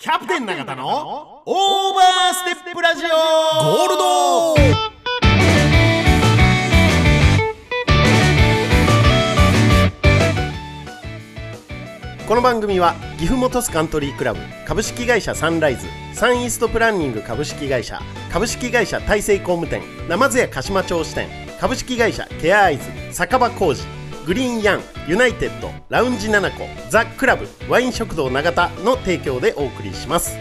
キャプテン永田のオーバーステップラジオゴールドこの番組は岐阜本スカントリークラブ株式会社サンライズサンイーストプランニング株式会社株式会社大成工務店ナマズ屋鹿島町支店株式会社ケアアイズ酒場工事グリーンヤンユナイテッドラウンジナ個ザ・クラブワイン食堂永田の提供でお送りします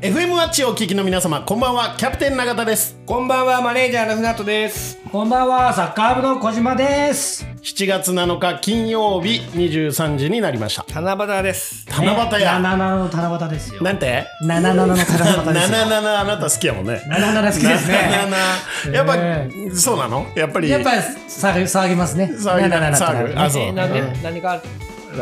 FM ワッチをお聞きの皆様こんばんはキャプテン永田ですこんばんは、マネージャーの船戸です。こんばんは、サッカー部の小島です。 7月7日金曜日23時になりました七夕です。七夕や、七七の七夕ですよ。なんて七七の七夕ですよ。 77あなた好きやもんね七七好きですね。 77やっぱ、ねそうなのやっぱりやっぱり騒ぎ騒ぎますね。騒ぎ77となる騒ぐあそうえーなんで、何がある。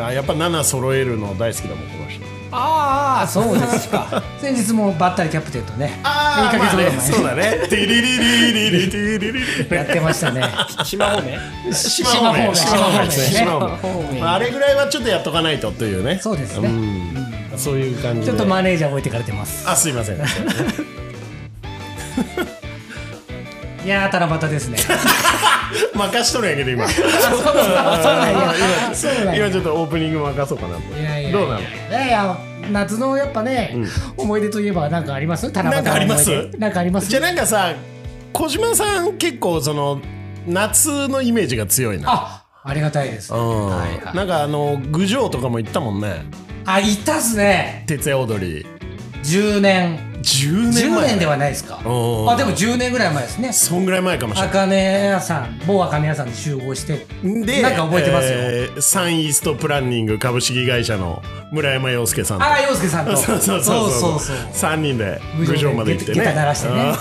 あやっぱ7揃えるの大好きだもんこの人ああ、そうです か。先日もバッタリキャプテンとね、あいいかげつもないねそうだねティリリリリリティリリリやってましたね。あ、島方面。島方面島方面ですね島島方面まああれぐらいはちょっとやっとかないとというねそうですねうんそういう感じちでょっとマネージャー置いてかれてます。あすいませんいやー、七夕です ね。任しとるんやけど今そうなんや今ちょっとオープニング任そうかなといやいやいやどうなのいやいや、夏のやっぱね、思い出といえばなんかあります七な夕のんかあります思い出なんかありますじゃあなんかさ小島さん結構その夏のイメージが強いなあ、ありがたいです。うんはいはいなんかあの郡上とかも行ったもんねあ、いたっすね。徹夜踊り10年。 10 10年前年ではないですか。あ、でうんも10年ぐらい前ですね。そんぐらい前かもしれない茜屋さん、某茜屋さんで集合して。でなんか覚えてますよーサンイーストプランニング株式会社の村山洋介さんとああ、洋介さんと。そうそうそうそそううそうそう3人で郡上まで行ってね下駄鳴らしてね。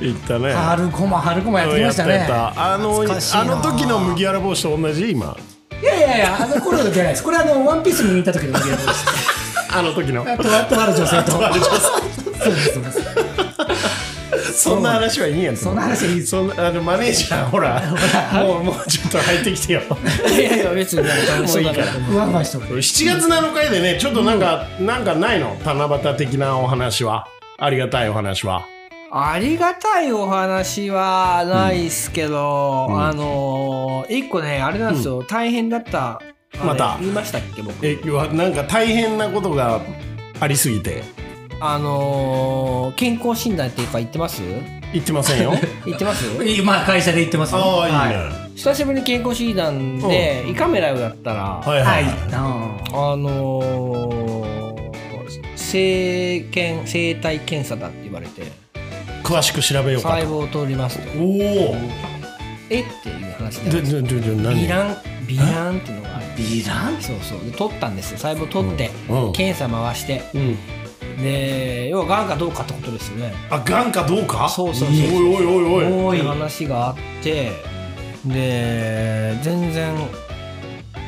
うん行ったね春子も春子もやってきやまっしたた やっね。たあのあ懐かしいなの時の麦わら帽子と同じ今いやいやいや、あの頃のじゃないです。これあの、ワンピース見に行った時のゲームです。あの時のあととある女性と。あれそうですそうですそんな話はいいんやんそんな話はいいですそんなあのマネージャーほらもうもうちょっと入ってきてよいやいや、別に、楽しいから。ふわふわしとる。 7月7日でねちょっとなんか、なんかないの七夕的なお話はありがたいお話はありがたいお話はないっすけど、あのー、一個ね、あれなんですよ、大変だった。あれまた言いましたっけ、僕。えわなんか大変なことがありすぎてあのー、健康診断っていうか、言ってます。言ってませんよ言ってます。今、会社で行ってますよ。ああいいね、久しぶりに健康診断で、胃カメラをやったら。はい、ははいいはい、。あーあのー、生検生体検査だって言われて詳しく調べようか細と胞を取りますとおおえっていう話ででででで何ビランビランっていうのがあってビランそうそうで取ったんですよ細胞取って、うんうん検査回してうんで要はがんかどうかってことですよねあがんかどうかそうそうそうおいおいおいおいおってい。話があってで全然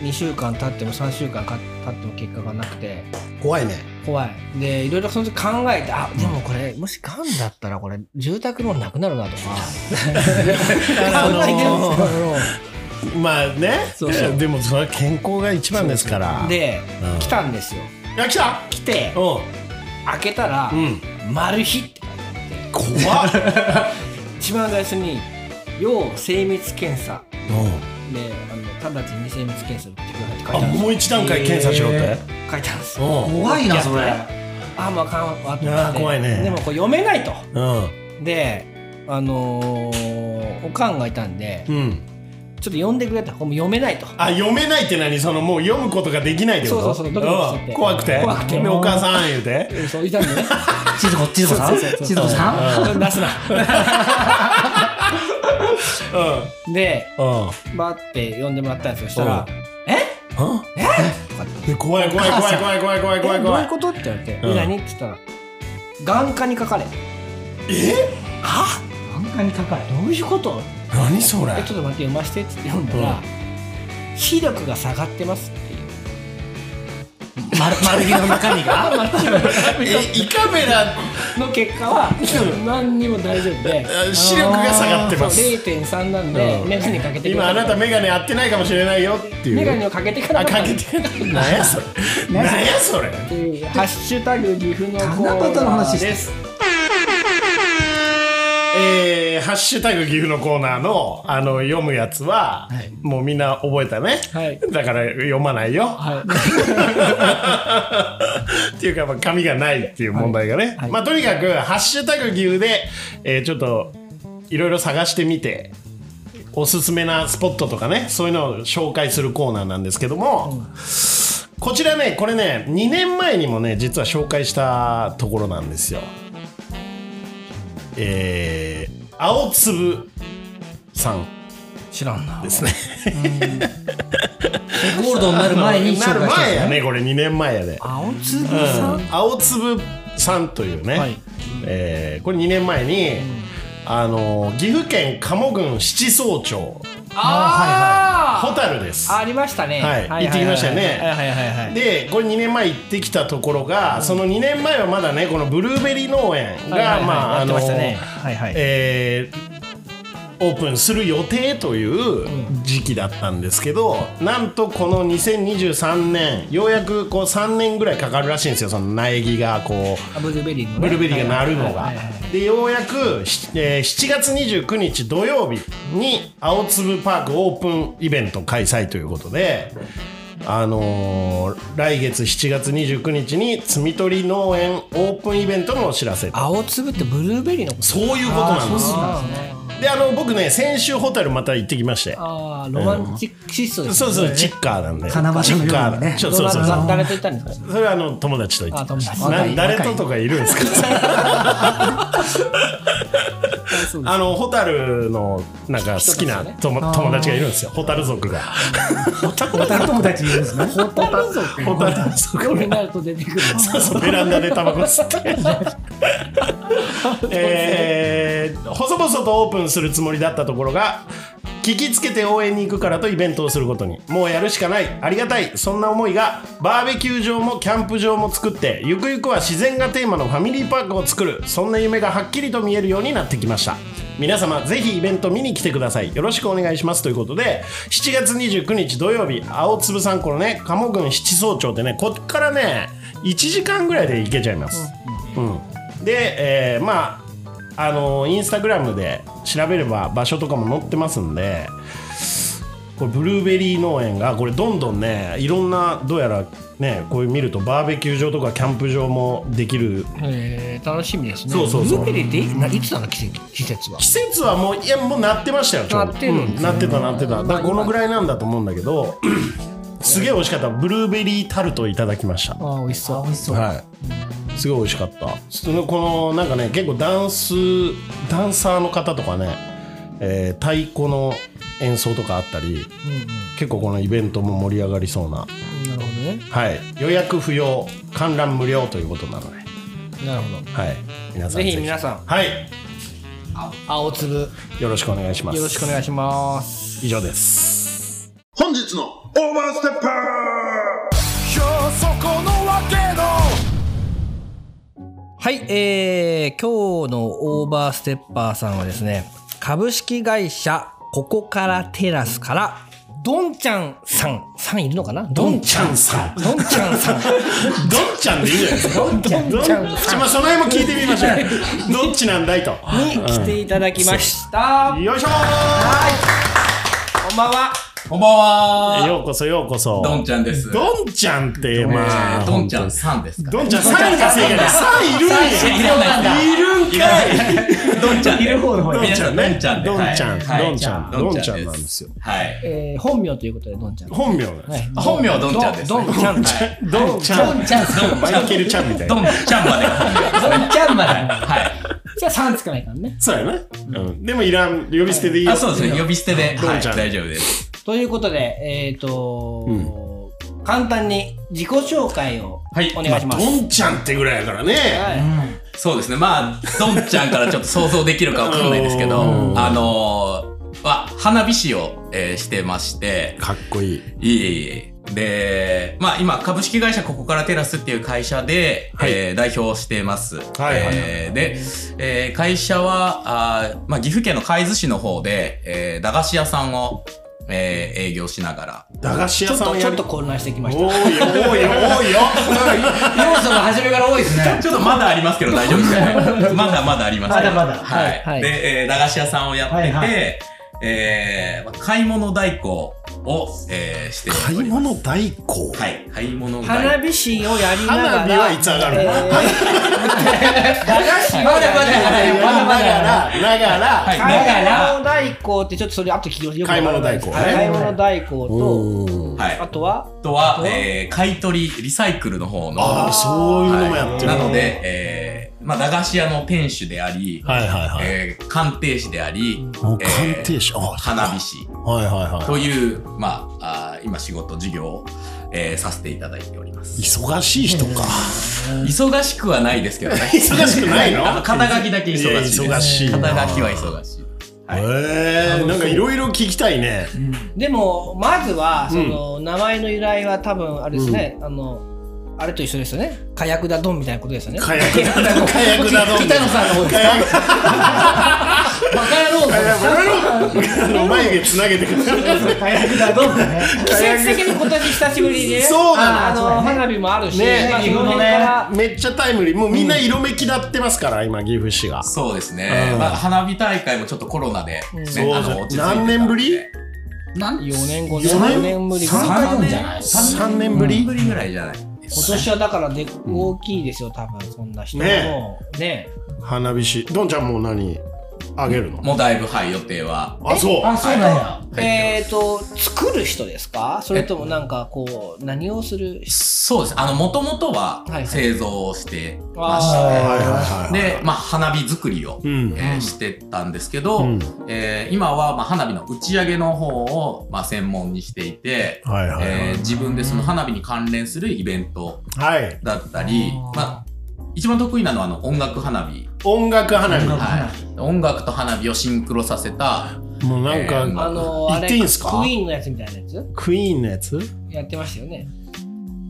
2週間経っても3週間か経っても結果がなくて怖いね怖いでいろいろその時考えてあでもこれもしがんだったらこれ住宅ローンなくなるなとか あのー考えてるんですよまあねそうそうでもそれは健康が一番ですからで、うん来たんですよあ来た来てう開けたらんう「んマル秘」って書いてあ怖っって一番最初に「要精密検査う」であの直ちに精密検査を受けてくださいって書んいあてあるんですもう一段階検査しろって、え書いてあるんですうん怖いな、それ。あもうあかんわと思あっーて怖いねでもこれ読めないとうんであのーおかんがいたんでうんちょっと読んでくれともう読めないとあ読めないって何そのもう読むことができないってことそうそうそうドキドキしちゃってん怖くて怖くてでお母さん言うてうんそういたんで ね千鶴子、千鶴子さん千鶴子さん出すなうでんうんバーって呼んでもらったんですよそしたら「えうんとかってえ怖い怖い怖い怖い怖い怖い怖いえどう怖いいうこと?」って言われて「うん何?」って言ったら「眼科にかかれ」は眼科にかかる。どういうこと?」何それえちょっと待って読まして」って言って読んだら「視力が下がってます」っていう丸丸着の中身がええ胃カメラの結果は何にも大丈夫 であ視力が下がってますそう0.3なんでうん眼鏡かけてく今ださあいなた眼鏡合ってないかもしれないよっていう眼鏡をかけてからあかけてなんやそれなんやそれっていうハッシュタグ岐阜のコーナ七夕のー話してですえーハッシュタグ岐阜のコーナーのあの読むやつは、はいもうみんな覚えたね、はいだから読まないよ はいっていうか、まあ、紙がないっていう問題がね、はいまあとにかく「ハッシュタグ岐阜で」えーちょっといろいろ探してみておすすめなスポットとかねそういうのを紹介するコーナーなんですけども、こちらねこれね2年前にもね実は紹介したところなんですよえー、青粒さん知らんなですねゴールドになる前にな紹る介した前んやだねねこれ2年前やで、青粒うさんん、青粒さんというね、はいえーこれ2年前に、あの岐阜県鴨郡七草町あホータルですありましたねはい行ってきましたよねはいはいはいはいでこれ2年前行ってきたところが、その2年前はまだねこのブルーベリー農園が、はいはいはいまあやあってのましたねはいはいえーオープンする予定という時期だったんですけど、なんとこの2023年ようやくこう3年ぐらいかかるらしいんですよその苗木がこうあブルーベリーのねブルーベリーがなるのはがいはいはい。でようやく、しえー7月29日土曜日に青粒パークオープンイベント開催ということで、あのー来月7月29日に摘み取り農園オープンイベントのお知らせと青粒ってブルーベリーのことそういうことなんです。なんですねであの僕ね先週ホタルまた行ってきましてああロマンチックシストですそうそうチチッカーなんで七チ夕のッカよーうにねそうそうそうそう誰と行ったんですかそれはあの友達と行ってきましたあ友達な誰若といとかいるんですかあのホタルのなんか好きな友友達がいるんですよホタル族がお友達いるんですねホタル族ホタルこ族に が なると出てくるそうそうベランダでタバコ吸って えー細々とオープンするつもりだったところが聞きつけて応援に行くからとイベントをすることにもうやるしかないありがたいそんな思いがバーベキュー場もキャンプ場も作ってゆくゆくは自然がテーマのファミリーパークを作るそんな夢がはっきりと見えるようになってきました皆様ぜひイベント見に来てくださいよろしくお願いしますということで7月29日土曜日青粒さんこのね鴨郡七草町ってねこっからね1時間ぐらいで行けちゃいます、うん、で、えーまああのインスタグラムで調べれば場所とかも載ってますんでこれブルーベリー農園がこれどんどんねいろんなどうやらねこういう見るとバーベキュー場とかキャンプ場もできるえー楽しみですねそうそうそうブルーベリーっていないつなの季節季節は季節はもういやもうなってましたよちょうどなってるんですねうんなってたなってただからこのぐらいなんだと思うんだけ どすげえ美味しかったブルーベリータルトをいただきましたああ美味しそう美味しそうはい、すごい美味しかったそのこのなんかね結構ダンスダンサーの方とかね、えー太鼓の演奏とかあったりうんうん結構このイベントも盛り上がりそうな、なるほどねはい、予約不要観覧無料ということなので、なるほどはい、皆さんぜひ皆さんはい、青粒よよろしくお願いしますろしくお願いします以上です本日のオーバーステッパーはい、えー、今日のオーバーステッパーさんはですね、株式会社ここからテラスから、どんちゃんさん、さんいるのかなどどんんちちゃんさんゃん、どんちゃんさん。どんちゃんでいいんじゃないですか。どんちゃん。まあ、その辺も聞いてみましょ う。どっちなんだいと。に来ていただきました。よいしょー。こんばんは。こんばんはようこそ、ようこそ。どんちゃんです。どんちゃんって、まあ、どんちゃんさんですかどんちゃん、3が正解だ。3いるんいらないんだや。いるんかい。どんちゃん。いる方の方どんちゃんどね。んちゃんでどんちゃん、はいどんちゃん、はいどんちゃんなんですよ。はい。えー、本名ということで、どんちゃん。本名なんです。本名はどんちゃんですね。どどんちゃんです はいどんちゃん。ちゃんさんどんちマゃイん。ケルちゃんみたいどな。んちゃんまでが本名ですね。 ちゃんまではじゃあ、さんつかないからね。そうやな。うん。でもいらん、呼び捨てでいいい。よあ、。そうですね。呼び捨てで。どはんい。ちゃん大丈夫です。ということで、えーと簡単に自己紹介をはいお願いしままあす。どんちゃんってぐらいやからね。はいそうですね。まあ、どんちゃんからちょっと想像できるかわかんないですけど、うんあのー、は、花火師をえーしてまして、かっこいい。いえいえ。で、まあ今、株式会社ここからテラスっていう会社で、はいえー代表をしています。いはいえーで、えー会社は、あーまあ岐阜県の海津市の方で、えー駄菓子屋さんを、えー営業しながら、駄菓子ち屋ょっさとんちやょっりと混乱してきま多いしよた多いよ多いよ要素が初めから多いですね。 ちょっとまだありますけど大丈夫ですかね。まだまだありますけど。まだまだはい。はいはいで、えー駄菓子屋さんをやってて、はいはいえーまあ買い物代行を、えーして買おいります。物代行はい。買い物代行。花火師をやりながら花火はいつ上がるの 花火はまだまだまながらながらい買い物代行ってちょっとそれあと聞きましょう買い物代行ね買い物代行うんはといあ。とはあとはあ、とはえー買い取り、リサイクルの方の、ああそういうのもやってるなので、えーまあ、駄菓子屋の店主であり、はいはいはいえー鑑定士であり、もうえ鑑ー定士あ花火師はいはいはという、まあ、あー今仕事、事業を、えーさせていただいておりますい。忙しい人か忙しくはないですけどね。 忙しくないのあの肩書きだけ忙しいです。いや忙しいな肩書きは忙しい。はいへえなんかいろいろ聞きたいね でもまずはその名前の由来は多分あれですねあのあれと一緒ですよね火薬だドンみたいなことですよね火薬だど火薬だど北野さんの方です火薬バカ野郎さんですあの眉毛つなげてくれる火薬だどうだね。季節的に今年久しぶりにねそうなあそうだのね花火もあるしねまあその辺からのめっちゃタイムリーもうみんな色めきだってますから今岐阜市がそうですね。うんまあ、花火大会もちょっとコロナで、そうね、あの、落ち着いてたんで何年ぶりなん4年5四年年5年ぶりぐら三い回三目年じゃない3年ぶりぶりぐらいじゃないです今かね。年はだからで大きいですよ多分そんな人もねね花火師どんちゃんもう何あげるのもうだいぶ、はい、予定は。あそうあ、そうなんや。えっと作る人ですかそれともなんかこう何をする人そうです。あの、もともとははいはい製造をしてましはいはいて、はいはいで、まあ、花火作りをう。んえーしてたんですけど、うんえー今はまあ花火の打ち上げの方をまあ専門にしていて、はいはいはいえー自分でその花火に関連するイベントはいだったり、まあ、一番得意なのはあの音楽花火、音楽花火はい、音楽と花火をシンクロさせたもうなんえーかあのーあ言れっていいんすかクイーンのやつみたいなやつクイーンのやつやってましたよね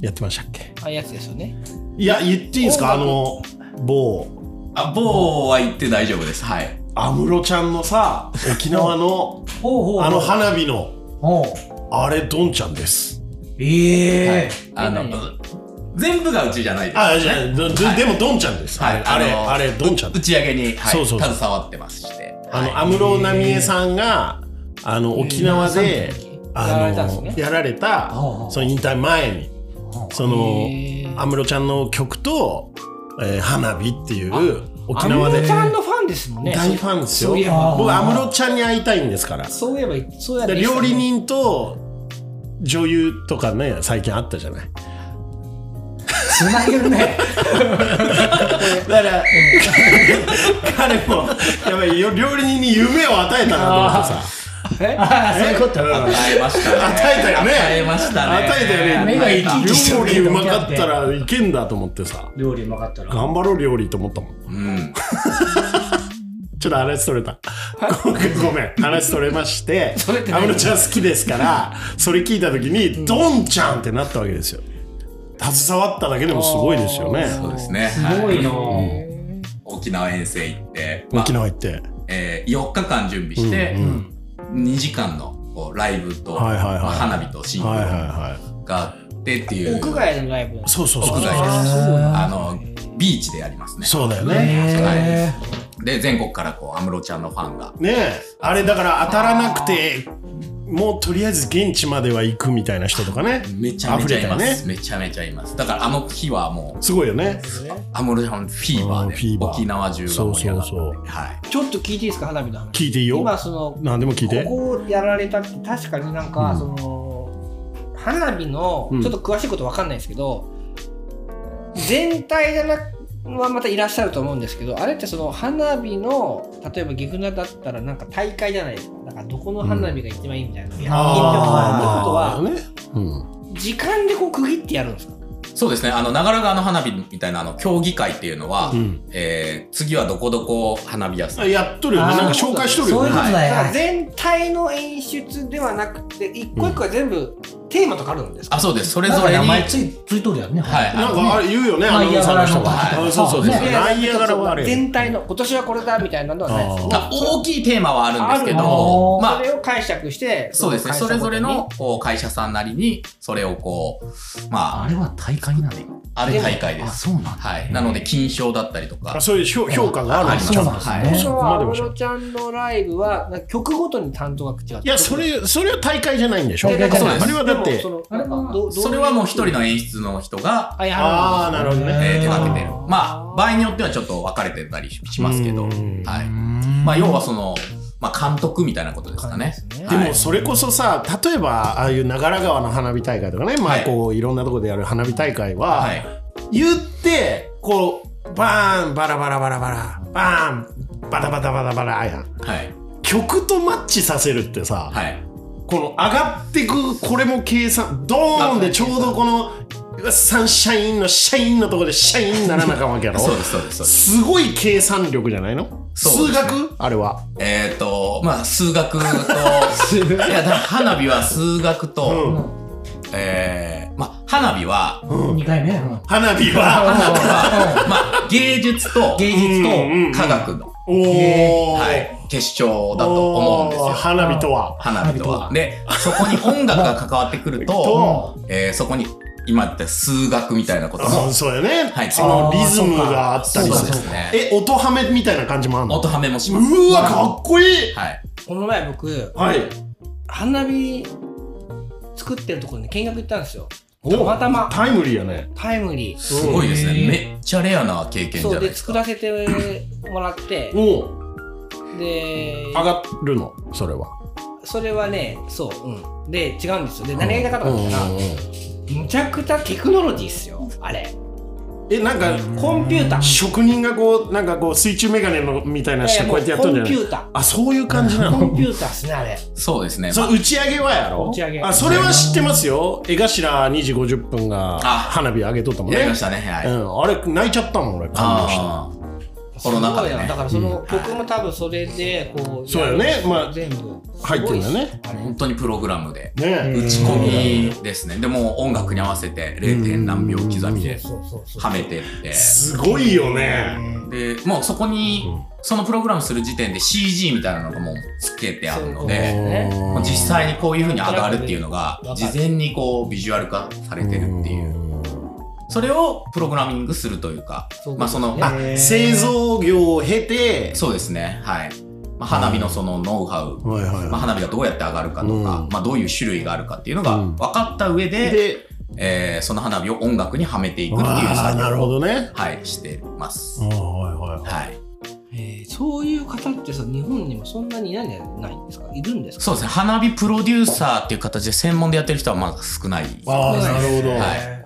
やってましたっけあやつですよねいや言っていいんすかあ音の某あ某は言って大丈夫ですはい安室ちゃんのさ沖縄 のほうほう。あの花火のほう。あれどんちゃんですええ。あのえ全部がうちじゃないですあじゃあどででもどんちゃんですはあいれあれあのあれどんちゃん打ち上げに、はい、そうそうそう携わってますしてあの安室奈美恵さんがあの沖縄でやらあれたんですのねやられたその引退前にそのへー安室ちゃんの曲とえー花火っていう沖安縄で室ちゃんのファンですもんね大ファンですよそういえば僕安室ちゃんに会いたいんですからそういえばそういえばで料理人と女優とかね最近あったじゃないつなげるね。だから、彼もやっぱりよ料理人に夢を与えたなと思ってさえあそういうこと。 与えましたね与えたよね与えましたね与えたよね目が生き生きして料るね理うまかったらいけんだと思ってさ料理うまかったら。頑張ろう料理と思ったもんうんちょっと話それたごめんごめん話それましてそれって安何室ちゃん好きですからそれ聞いた時にドンちゃんってなったわけですよ携わっただけでもすごいですよねそうですねすごいな。沖縄遠征行って、まあ沖縄行ってえー、4日間準備して、うん2時間のこうライブと、はいはいはいまあ花火とシンクロはいはいがはいあってっていう、屋外のライブそうそうそう屋外ですああのビーチでやりますねそうだよねはいで全国からこう安室ちゃんのファンがねえあれだから当たらなくてもうとりあえず現地までは行くみたいな人とかねめちゃめちゃいま溢れたす、よねめちゃめちゃいますだからあの日はもうすごいよね安室ちゃんフィーバうんフィーーでバー沖縄中が盛り上がってそうそうそうはいちょっと聞いていいですか花火の話聞いていいよ今その何でも聞いてここをやられたって確かになんか、その花火のうんちょっと詳しいことわかんないですけど、全体じゃなはまたいらっしゃると思うんですけどあれってその花火の例えば岐阜なだったらなんか大会じゃないですかだからどこの花火が一番いいみたいなのやってみようかなあってこーまあねうんとは時間でこう区切ってやるんですかそうですねあの長良川の花火みたいなあの競技会っていうのは、うんえー次はどこどこ花火屋さんあやっとるよねなんか紹介しとるそよういうねことだだからよ。全体の演出ではなくて一個一個は全部テーマとかあるんですかあ、そうです。それなんぞかれ名に。前ついついとるやんね。。はいい。なんあかあれ言うよね、アナナウインアサガーの人ラのが。滝とあか。そうそうそう。ねナイアガラはあれ。全体の今年はこれだみたいなのはないですよねあ大きいテーマはあるんですけあるのど、まそあ、れを解釈してそうですね。それぞれのこう会社さんなりに、それをこう、まあ、あれは大会なんであれ大会です。そうなんはい。なので、金賞だったりとかあ。そういう評評価があるあんりだますちゃんとはい最初はそこまで安は知らん室ちゃんのライブはなんか曲ごとに担当が違っていいや、それ、それは大会じゃないんでしょ大会じゃないあれはだって、それはもう一人の演出の人が、あやるああ、なるほどね。えー手掛けてるあ。まあ、場合によってはちょっと分かれてたりしますけど、うはんい。まあ、要はその、まあ、監督みたいなことですかね。ではいもそれこそさ、例えばああいう長良川の花火大会とかね、まあはいこういろんなところでやる花火大会は、はい。言って、こう、バーン、バラバラバラバラ、バーン、バタバタバタバラやん。はい。曲とマッチさせるってさ、はい。この上がってく、これも計算、ドーンでちょうどこの、サンシャインのシャインのとこでシャインにならなあかんわけやろ そうです、そうです、そうです。すごい計算力じゃないの、そう数ですね学あれは。えっ、ー、と、まあ、数 学と、いや、だから花火は数学と、うんえー、まあ、花火は、二回目。うん花火は、花火 は、まあ、芸術と、芸術とうんうんうん科学の、おー、はい、結晶だと思うんですおーよ。花火とは。花火とは。で、そこに音楽が関わってくる と、えー、そこに、今言った数学みたいなことそうも、そうよね、はいそのリズムがあったそうりでしてすね。え音はめみたいな感じもあんの音はめもしうます。ーわかっこいいはい。この前僕はい花火作ってるところに見学行ったんですよたまたまタイムリーやねタイムリーすごいですね。めっちゃレアな経験じゃそなういでです作か。らせてもらっておおで上がるのそれはそれはねそううんで違うんですよで何が言いたかったかっていうとむちゃくちゃテクノロジーっすよあれえなんかコンピューター職人がこうなんかこう水中メガネのみたいなしてこうやってやっとコんンじゃなピいュータあそういう感じなー コ のンピューターっすねあれそうですね。そまの打ち上げはやろ打ち上げあそれは知ってますよ江頭2時50分が花火上げとったもんあやりねましたね。はい。うん、あれ泣いちゃったもん俺感動してあコロナ禍でねすごいなだからその、僕も多分それでこうそうよねまあ全部入ってるんだよねあ本当にプログラムでね打ち込みですねでも音楽に合わせて 0. 点何秒刻みでそうそうそうはめてってすごいよねでもうそこにそのプログラムする時点で CG みたいなのがもうつけてあるのでねもう実際にこういう風に上がるっていうのが事前にこうビジュアル化されてるっていうそれをプログラミングするというかまあそのああ製造業を経てそうですねはい、まあ、花火のそのノウハウはいはいまあ、は花火がどうやって上がるかとか、うんまあ、どういう種類があるかっていうのがうん分かった上いで、でえーその花火を音楽にはめていくっていうああ作なる業ほを、どねはい、してます。はいはいはいはい、えーそういう方ってさ日本にもそんなにいないんじゃないんですかいるんですかそうですね花火プロデューサーっていう形で専門でやってる人はまだ少ない。ああなるほど、はい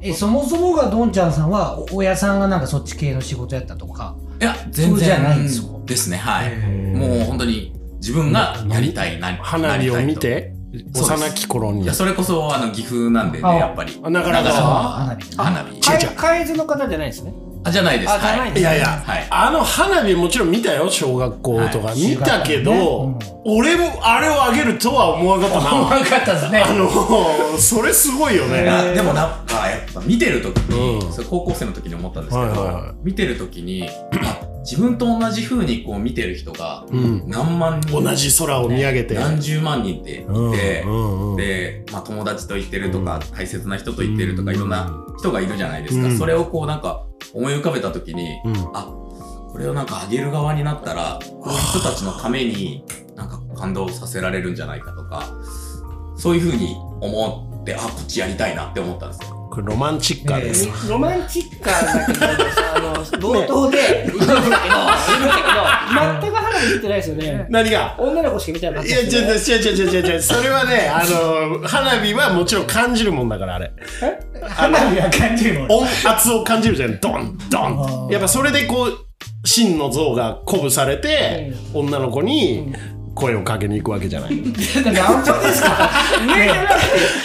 えそもそもがどんちゃんさんはお親さんがなんかそっち系の仕事やったとかいや全そうじゃないん然ですかですねはい、もう本当に自分がやりたいな花火を見なりてそうです幼き頃たいといにやそれこそあの岐阜なんであねやっぱりあなかなか長あさは花火あ花火ち違う違う海津の方じゃないですねあじゃないですあじゃないですいやいやはい、あの花火もちろん見たよ小学校とか、見たけど、うん俺もあれをあげるとは思わなかったな分かったですねあのそれすごいよいね、やでもなんかやっぱ見てる時に、うんそれ高校生の時に思ったんですけど、はいはいは見てる時にあ自分と同じ風にこう見てる人がうん、何万人同じ空を見上げて、何十万人っていうんて、うんうんで、まあ、友達と行ってるとか、大切な人と行ってるとか、うんいろんな人がいるじゃないですか、うんそれをこうなんか思い浮かべた時に、うんあこれをなんか上げる側になったらこういう人たちのためになんか感動させられるんじゃないかとかそういうふうに思ってあこっちやりたいなって思ったんですよ。これロマンチッカーです、ロマンチックだけどさあの冒頭 で言いましたけど言いましたけど全く花火見てないですよね何が女の子しか見てなかっいたや、です違うよね違う違う違う違う、それはね、あの、花火はもちろん感じるもんだから、あれ。花火が感じるもん音圧を感じるじゃん、ドン、ドンって。やっぱそれでこう、真の像が鼓舞されて、女の子に、声をかけに行くわけじゃないなんちゃです か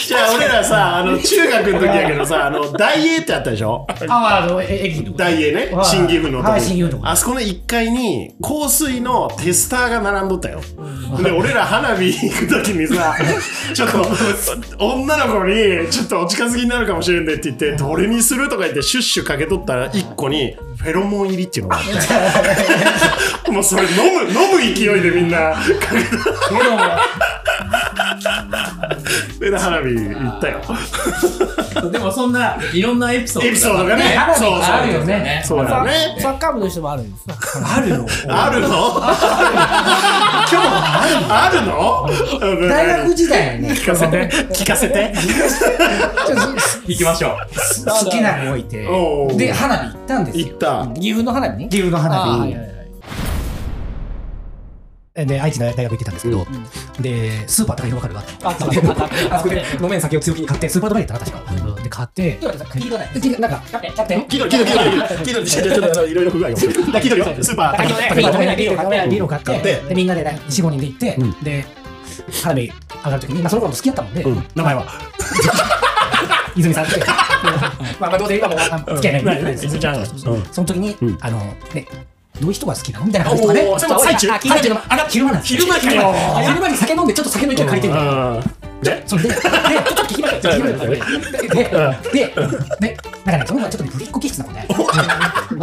じゃあ俺らさあの中学の時やけどさあの大英ってあったでしょああのえ駅のとこ大英ねはい新岐阜のとこ、はい新岐阜のとこあそこの1階に香水のテスターが並んどったよ、で俺ら花火行く時に さちょっと女の子にちょっとお近づきになるかもしれんでって言ってどれにするとか言ってシュッシュかけとったら1個にフェロモン入りっていうのがあ ってもうそれ飲む飲む勢いでみんなかけたでもで花火行った よでもそんないろんなエピソードエピソードがね花火そうそうあるよねそうだねサッカー部の人もあるんです。あるのあるの今日あるの大学時代はね聞かせて聞かせて行きましょう好きな子置いておうおうで花火行ったんです行よった岐阜の花火ね。岐阜のあー花は火いはいはいで愛知の大学行ってたんですけど、でスーパー高いの分かるわあったあったあったあそこで飲めん酒を強気に買ってスーパードライだった確か、で買ってちょっと待って聞いてくださいなんかキャプテンキャプテン聞いとる聞いとる聞いとる聞いとるちょっとちょっといろいろ不具合が聞いとるよスーパ高いーの高いのビール買ってビール買ってでみんなで45人で行って、で花火上がる時に、まあ、その子も好きやったもんで、名 前は泉さ んってまあまあどうせ今もうあ付き合いないみたいなじゃあその時に、うんあのねどういう人が好きなのみたいな話とかねおーちょっと最中あ昼間あ昼間なんですよ昼間昼間昼間に酒飲んでちょっと酒の勢い借りてみたいなそれで、で、ちょっと聞きましょう、聞きましょう。で、で、で、なんかね、その子はちょっとねぶりっ子気質な子で。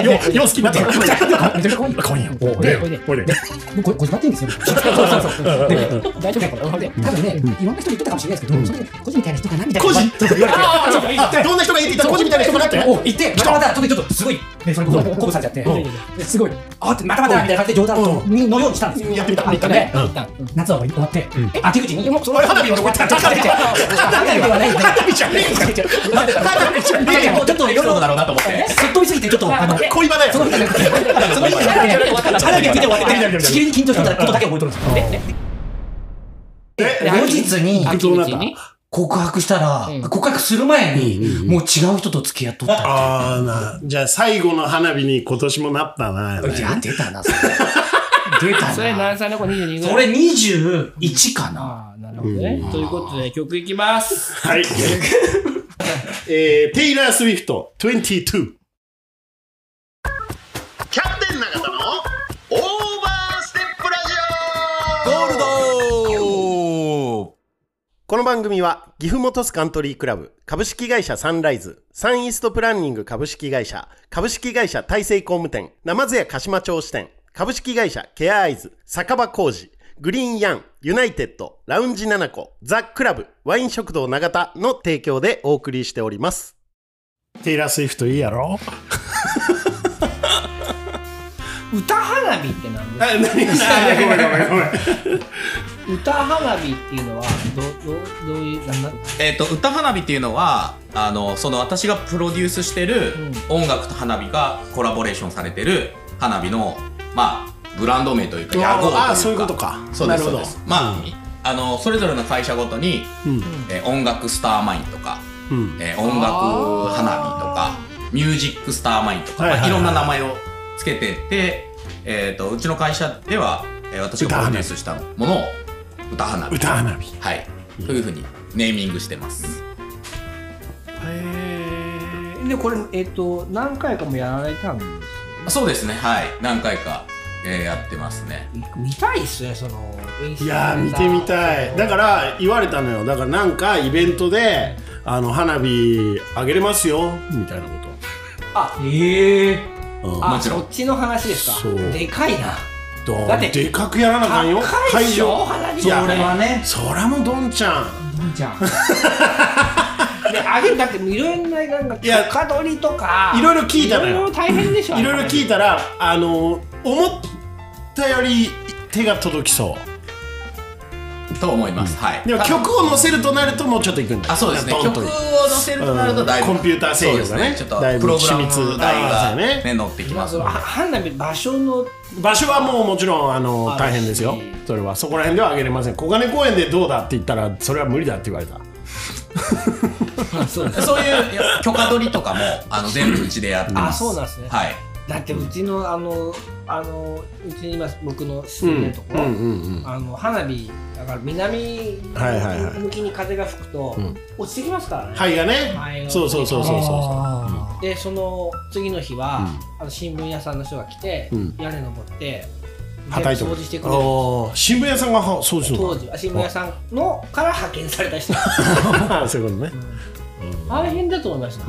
ようよう好きになったでなめちゃめちゃ可愛い。可愛いよ。で、これで、これでもうこれ、こじまってんですよ。そうそうそう。で、大丈夫だよ、これ。で、多分ね、いろんな人に言ってたかもしれないですけど、それで、個人みたいな人かなみたいな。個人ちょっと言われて。あどんな人がいいって言ったらこっちみたいな人がなってお行って、またまた、ちょっとすごい、ね、それこそ鼓舞されちゃって、ですごい、あって、またまたみたいな感じで冗談をにのようにしたんですよ。やってみた行ったね。行った夏は終わって、え秋口に、もうその花火を終 わった。花火ではない。 花火じゃねえ。花火じゃねえ。ちょっといろいろだろうなと思ってすっ飛びすぎて、ちょっと、あの、恋バナやその日じゃなくて、その日じゃなくて、花火が見て終わって、しきりに緊張してたことだけ覚えとるんですよ。後日に、どうなった告白したら、告白する前に、もう違う人と付き合っとった。ああなじゃあ最後の花火に今年もなったないや、出たな、そ れ。出たそれな。何歳の子22ぐらいそれ21かな。ああなるほどねということで曲いきますはいえーテイラー・スウィフト22キャプテン永田のオーバーステップラジオゴールドこの番組は岐阜本スカントリークラブ株式会社サンライズサンイーストプランニング株式会社株式会社大成工務店生津屋鹿島町支店株式会社ケアアイズ酒場工事グリーンヤンユナイテッドラウンジナナコザ・クラブワイン食堂永田の提供でお送りしておりますテイラー・スイフトいいやろ歌花火って何であ 何ごめん ごめんごめんす歌花火っていうのはどどどういうなんなんえっ、と歌花火っていうのはあのその私がプロデュースしてる音楽と花火がコラボレーションされてる花火のまあブランド名というか屋号というかああそういうことかそうなですそるうほどですまあ、あのそれぞれの会社ごとに、うんえー音楽スターマインとか、うんえー音楽花火とかミュージックスターマインとか、はいはいはいまあいろんな名前をつけてって、えー、とうちの会社では、えー私がプロデュースしたものを歌花火歌花火はい、というふうにネーミングしてます。でこれえっと何回かもやられたんですよそうですね、はい、何回か、えーやってますね。見たいっすねそのいやー見てみいたいだから言われたのよだからなんかイベントであの花火あげれますよみたいなこあええと、うん、あもちろんそっちの話ですかそうでかいなどうだってでかくやらなあかんよ高いっしょ花火いやそれはね。そらもうどんちゃんどんちゃんであげるだっていろんななんかいや許可取りとかいろいろ聞いたのよいろいろ大変でしょいろいろ聞いたらあの思ったより手が届きそと思います。はうい。でも曲を載せるとなるともうちょっといくんだあ、そうですね。ドン曲とを載せるとなるとだいぶ、うんコンピューター制御がねそうですちょっとだいぶプログラム緻密代あーそがうやねね乗ってきままあすそのので。花火場所の場所はもうもちろんあのあ大変ですよそれはそこら辺ではあげれません小金公園でどうだって言ったらそれは無理だって言われたそういういや許可取りとかもあの全部うちでやってまあす。そうなんですねはい。だってうちのあのあのうちに今僕の住んでるところ、うんうんうんあの花火だから南はいはいはい向きに風が吹くとうん落ちてきますからね、灰が灰ねがそうそうそうそうそあでその次の日は、あの新聞屋さんの人が来て、うん屋根登ってはたいて全も部掃除してくうれるああ新聞屋さんがはそうする当の時は新聞屋さんのから派遣された人ああ そういうことね大変だと思いました、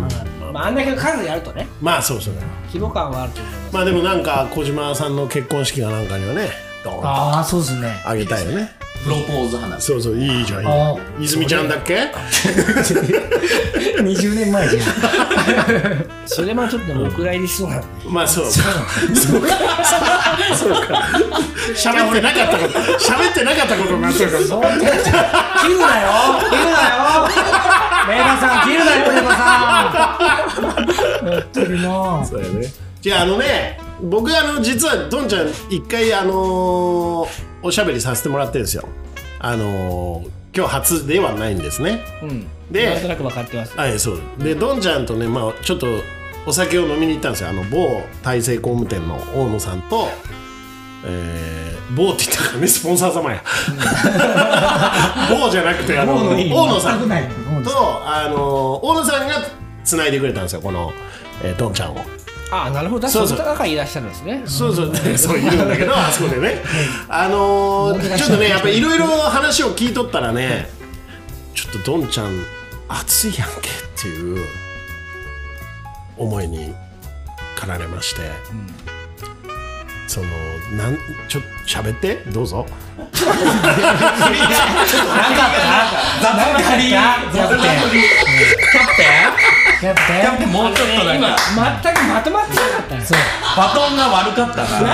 まあ、あんだけ数やるとねまあそうそう規模感はあると思います、まあでもなんか小島さんの結婚式がなんかにはねドーンとあー、そうですね。あげたいよねプロポーズ花火そうそういいじゃんいいじゃんあ泉ちゃんだっけー、20年前じゃん。それもちょっともうお蔵入りしそうなまあそうか そうかそうか喋ってなかったこと喋ってなかったことになってるから切るなよ切るなよメガさん切るなよメガさんやってるなそうやねじゃああのね僕あの実はどんちゃん一回あのーおしゃべりさせてもらってるんですよあのー今日初ではないんですねうんでなんとなく分かってますはいそうでどんちゃんとね、まあ、ちょっとお酒を飲みに行ったんですよあの某大成工務店の大野さんと、えー、某って言ったからねスポンサー様 や某じゃなくてあの大野さん危とない大野さんあの大野さんがつないでくれたんですよこの、えー、どんちゃんを。あなるほどそそううそそうう方がいらっしゃるんですねそうそう、 そういるんだけど、あそこでね。あのーちょっとね、やっぱいろいろ話を聞いとったらね、ちょっとどんちゃん、熱いやんけっていう思いに駆られまして、その、なん、ちょっと喋って、どうぞ。キャプテンでもうちょっとだから全くまとまってなかったんですバトンが悪かったなんなだ今の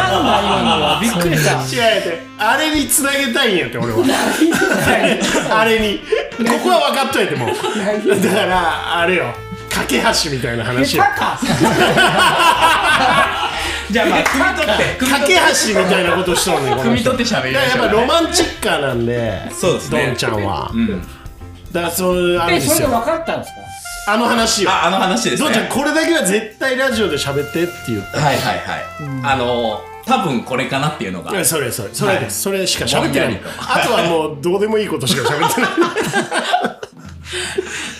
はびっくりした違うやて、あれにつなげたいんやって、俺は。あれに。ここは分かっといてもう。だから、あれよ、架け橋みたいな話よ。じゃあまあ組み取って組み架取けっ橋みたいなことしとんねんてこ組のみ人取って喋りだからやっぱましょうロマンチッカーなんでそうですねどんちゃんはうんだからそういうあれでですそれよで分かったんですかあの話よああの話ですどねんちゃんこれだけは絶対ラジオで喋ってって言ったはいはいはい、あのー多分これかなっていうのがいやそれそれそれです、はいそれしか喋ってないぼんやりとあとはもうどうでもいいことしか喋ってない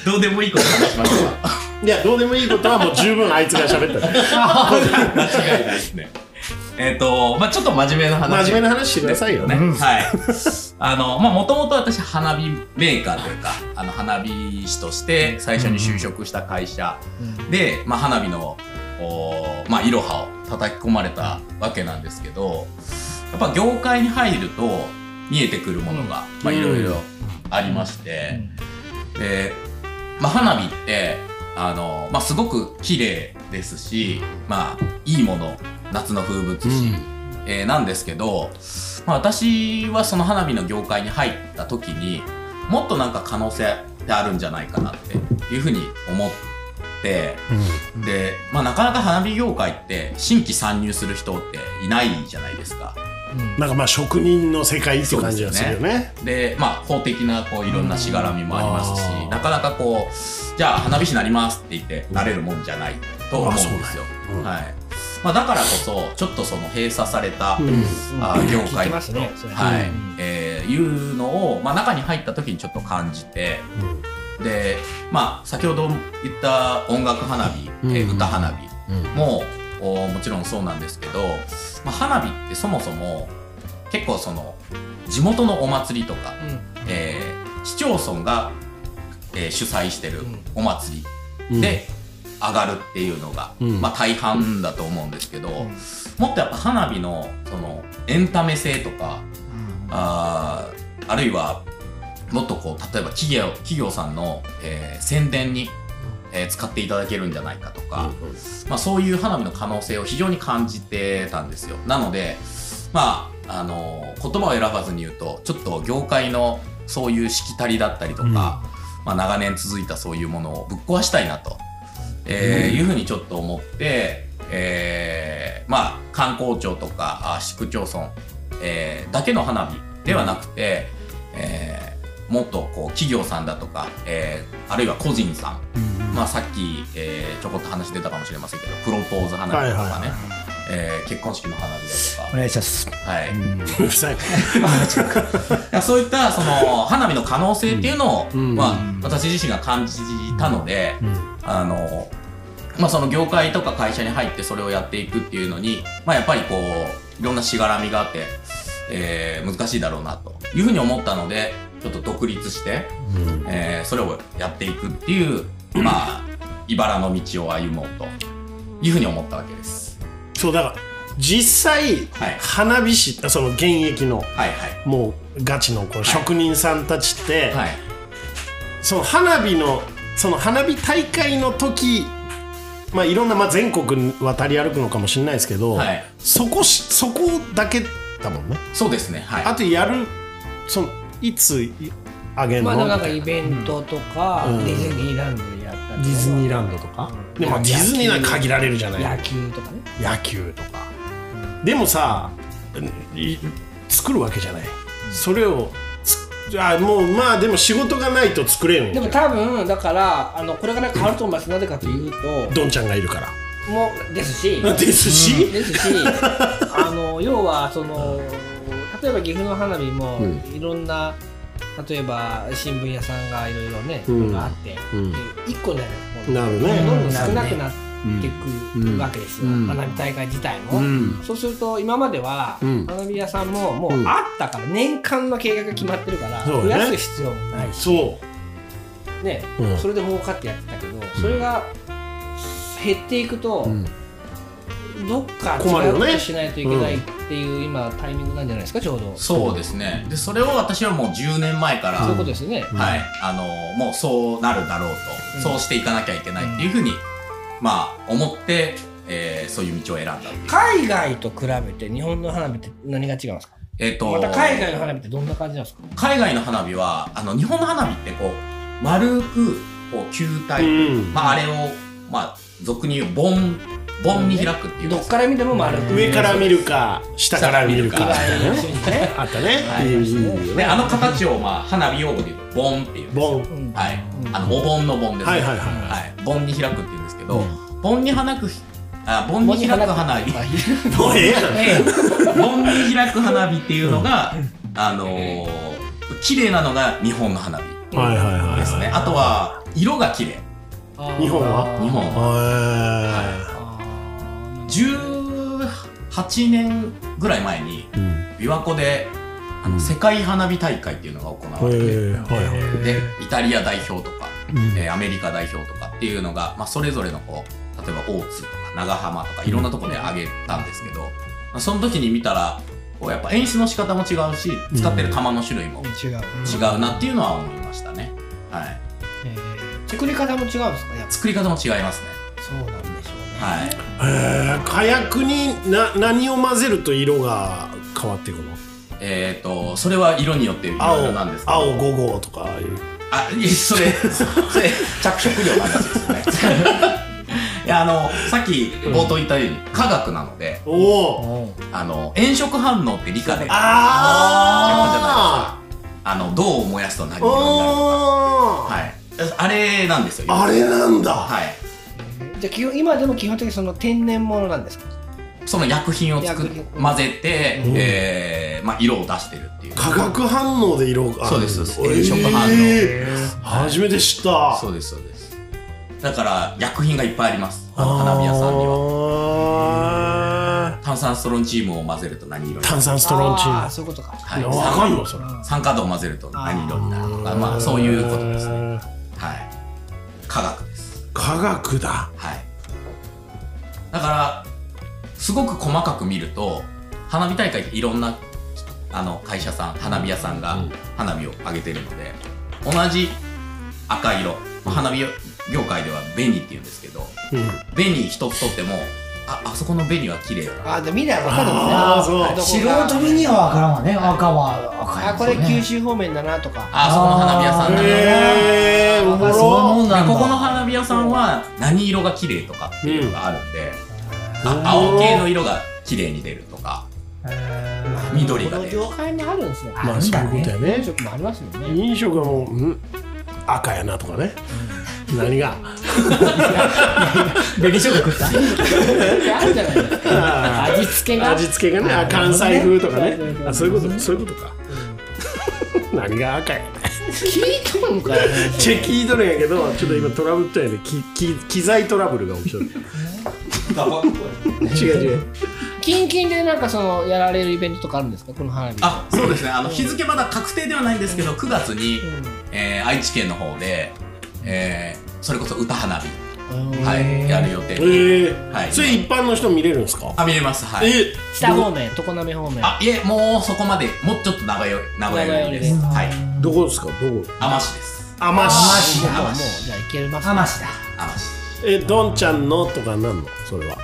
どうでもいいこと話しました いやどうでもいいことはもう十分あいつが喋った間違いないですねえっ、とまあちょっと真面目な話 真面目な話してくださいよね、はいあのまあもともと私花火メーカーというかあの花火師として最初に就職した会社で、まあ、花火のおーまあいろはを叩き込まれたわけなんですけどやっぱ業界に入ると見えてくるものが、まあいろいろありまして、で、まあ、花火ってあの、まあ、すごく綺麗ですし、まあ、いいもの夏の風物詩、えーなんですけど、まあ、私はその花火の業界に入った時にもっとなんか可能性ってあるんじゃないかなっていうふうに思って、で、まあ、なかなか花火業界って新規参入する人っていないじゃないですか。なんかまあ職人の世界って感じがするよねで、まあ、法的なこういろんなしがらみもありますし、うんなかなかこうじゃあ花火師になりますって言ってなれるもんじゃないと思うんですよ。うんはいまあ、だからこそちょっとその閉鎖された、うんあー業界聞きますねそれはいうんえーいうのを、まあ、中に入った時にちょっと感じてで、まあ、先ほど言った音楽花火、えーうん歌花火も、おもちろんそうなんですけど、まあ、花火ってそもそも結構その地元のお祭りとか、えー市町村が、えー主催してるお祭りで上がるっていうのが、うんまあ、大半だと思うんですけど、もっとやっぱ花火のそのエンタメ性とか、あーあるいはもっとこう例えば企業企業さんの、えー宣伝に、えー使っていただけるんじゃないかとか。うんまあ、そういう花火の可能性を非常に感じてたんですよ。なので、まあ、あの言葉を選ばずに言うとちょっと業界のそういうしきたりだったりとか、うんまあ、長年続いたそういうものをぶっ壊したいなと、えーいうふうにちょっと思って、えーまあ、観光庁とかあ市区町村、えーだけの花火ではなくて、えーもっとこう企業さんだとか、えーあるいは個人さん、まあ、さっき、えーちょこっと話出たかもしれませんけどプロポーズ花火とかね、えー結婚式の花火だお願いします。とか、はい、うるさい。いや そういったその花火の可能性っていうのを、んまうあん、私自身が感じたので、あのまあ、その業界とか会社に入ってそれをやっていくっていうのに、まあ、やっぱりこういろんなしがらみがあって、えー難しいだろうなというふうに思ったのでちょっと独立して、えーそれをやっていくっていう、まあ、茨の道を歩もうというふうに思ったわけです。そう、だから、実際、はい花火師、その現役の、はいはいもうガチのこう職人さんたちって、はいその花火のその花火大会の時まあいろんな、まあ、全国渡り歩くのかもしれないですけど、はいそこしそこだけだもんねそうですね、はい、あとやるそのいついあげるの、まあなんかイベントとか、うんディズニーランドでやったりとかーランドとかでも野デ球ィズニーなんか限られるじゃない野球とかね野球とかでもさい作るわけじゃないそれをつあもうまあでも仕事がないと作れるんでもじゃん多分だからあのこれから変わると思いますなぜかというとどんちゃんがいるからもうですしですし、ですしあの要はその例えば岐阜の花火もうんいろんな、例えば新聞屋さんがいろいろね、うんあって、うんで1個にななるものるどね、んどん少なくなってくうんるわけですよ、うん花火大会自体も。うんそうすると今まではうん花火屋さんももううんあったから年間の契約が決まってるからそう増だねやす必要もないしそねう、うんそれで儲かってやってたけどそれが減っていくとうんどっか困る違ようねことしないといけないっていう今タイミングなんじゃないですかちょうどそそうですね。で、それを私はもう10年前から、ういうことですよねはい、あの、もうそうなるだろうと、うんそうしていかなきゃいけないっていうふうに、まあ、思って、えーそういう道を選んだっていう。海外と比べて日本の花火って何が違うんですかえっ、と、また海外の花火ってどんな感じなんですか海外の花火は、あの、日本の花火ってこう、丸く、こう、球体、うんまあ、あれを、まあ、俗に言う、ボン、ボンに開くっていうどっから見ても丸く上から見るか下から見るか下から見るかねあったねはいいいいいよで、ねあの形を、まあ、花火用語で言うと、ボンっていう。ボンうんはい。あの、お盆の盆ですはね。いはいははい、盆に開くって言うんですけど、盆に開くひあ盆に開く花火いもうええやん盆に開く花火っていうのが、あのー綺麗なのが日本の花火はいはいはいはいですね、あとは色が綺麗日本は日本はは18年ぐらい前にいうん琵琶湖であの世界花火大会っていうのが行わへれて、えはいはいでイタリア代表とか、えーアメリカ代表とかっていうのが、まあ、それぞれのこう例えば大津とか長浜とかいろんなとこで挙げたんですけど、まあ、その時に見たらこうやっぱ演出の仕方も違うし使ってる球の種類も違う違うなっていうのは思いましたね、はい、作り方も違うんですかやっぱ作り方も違いますねそうなんでしょうねはいへえ火薬にな何を混ぜると色が変わっていくのえっ、とそれは色によっていろいろ青なんですけど青5号とかいうあいえそれそれ着色料の話ですね いやあのさっき冒頭言ったように科学なのでおおあの炎色反応って理科でああの銅を燃やすと何ー色になるおーはいあれなんですよあれなんだはいじゃあ基本今でも基本的にその天然物なんですかその薬品を作っ薬品混ぜて、うんえーまあ、色を出してるっていう化学反応で色がそうですそうえですー炎色反応初めて知ったそうですそうですだから薬品がいっぱいありますあの花火屋さんにはは炭酸ストロンチームを混ぜると何色になる炭酸ストロンチああーそういうことかはいムわかんのそれ酸酸化銅を混ぜると何色になるとかまあそういうことですねねはい科学です科学だはいだからすごく細かく見ると花火大会っていろんなあの会社さん花火屋さんが花火を上げてるので同じ赤色まあ花火業界では紅っていうんですけどうん紅一つとってもああそこの紅は綺麗だなああで見りゃ分かるんですねあーそうど素こが人目にはわからんわね。赤は赤やあこれそうね九州方面だなとかあそこの花火屋さんだなへえおもあそういうもろんなんだ。ここの花火屋さんは何色が綺麗とかっていうのがあるんで、うんあ青系の色が綺麗に出るとかへ緑こがの出る業界にあるんですよーまあそういうことやね飲食もありますよね飲食はもううん赤やなとかね何 がベビーショート食ったあるじゃないですか味付けが味付けがねあ関西風とかねあそういうことそういうことか何が赤や聞いたんかいチェキ聞いとるんやけどちょっと今トラブったやできき機材トラブルが起きとる違う違うキンキンでなんかそのやられるイベントとかあるんですかこの花火あそうですねあの日付まだ確定ではないんですけど9月に、えー愛知県の方で、えーそれこそ歌花火、はい、やる予定でええはいそれ一般の人見れるんですかあ見れますはいえ北方面常滑方面あいえもうそこまでもうちょっと長よ名古屋寄りです長はいどこですかどこ天市ですあましあもうじゃあいけますあましだ天市えどんちゃんのとかなんのそれは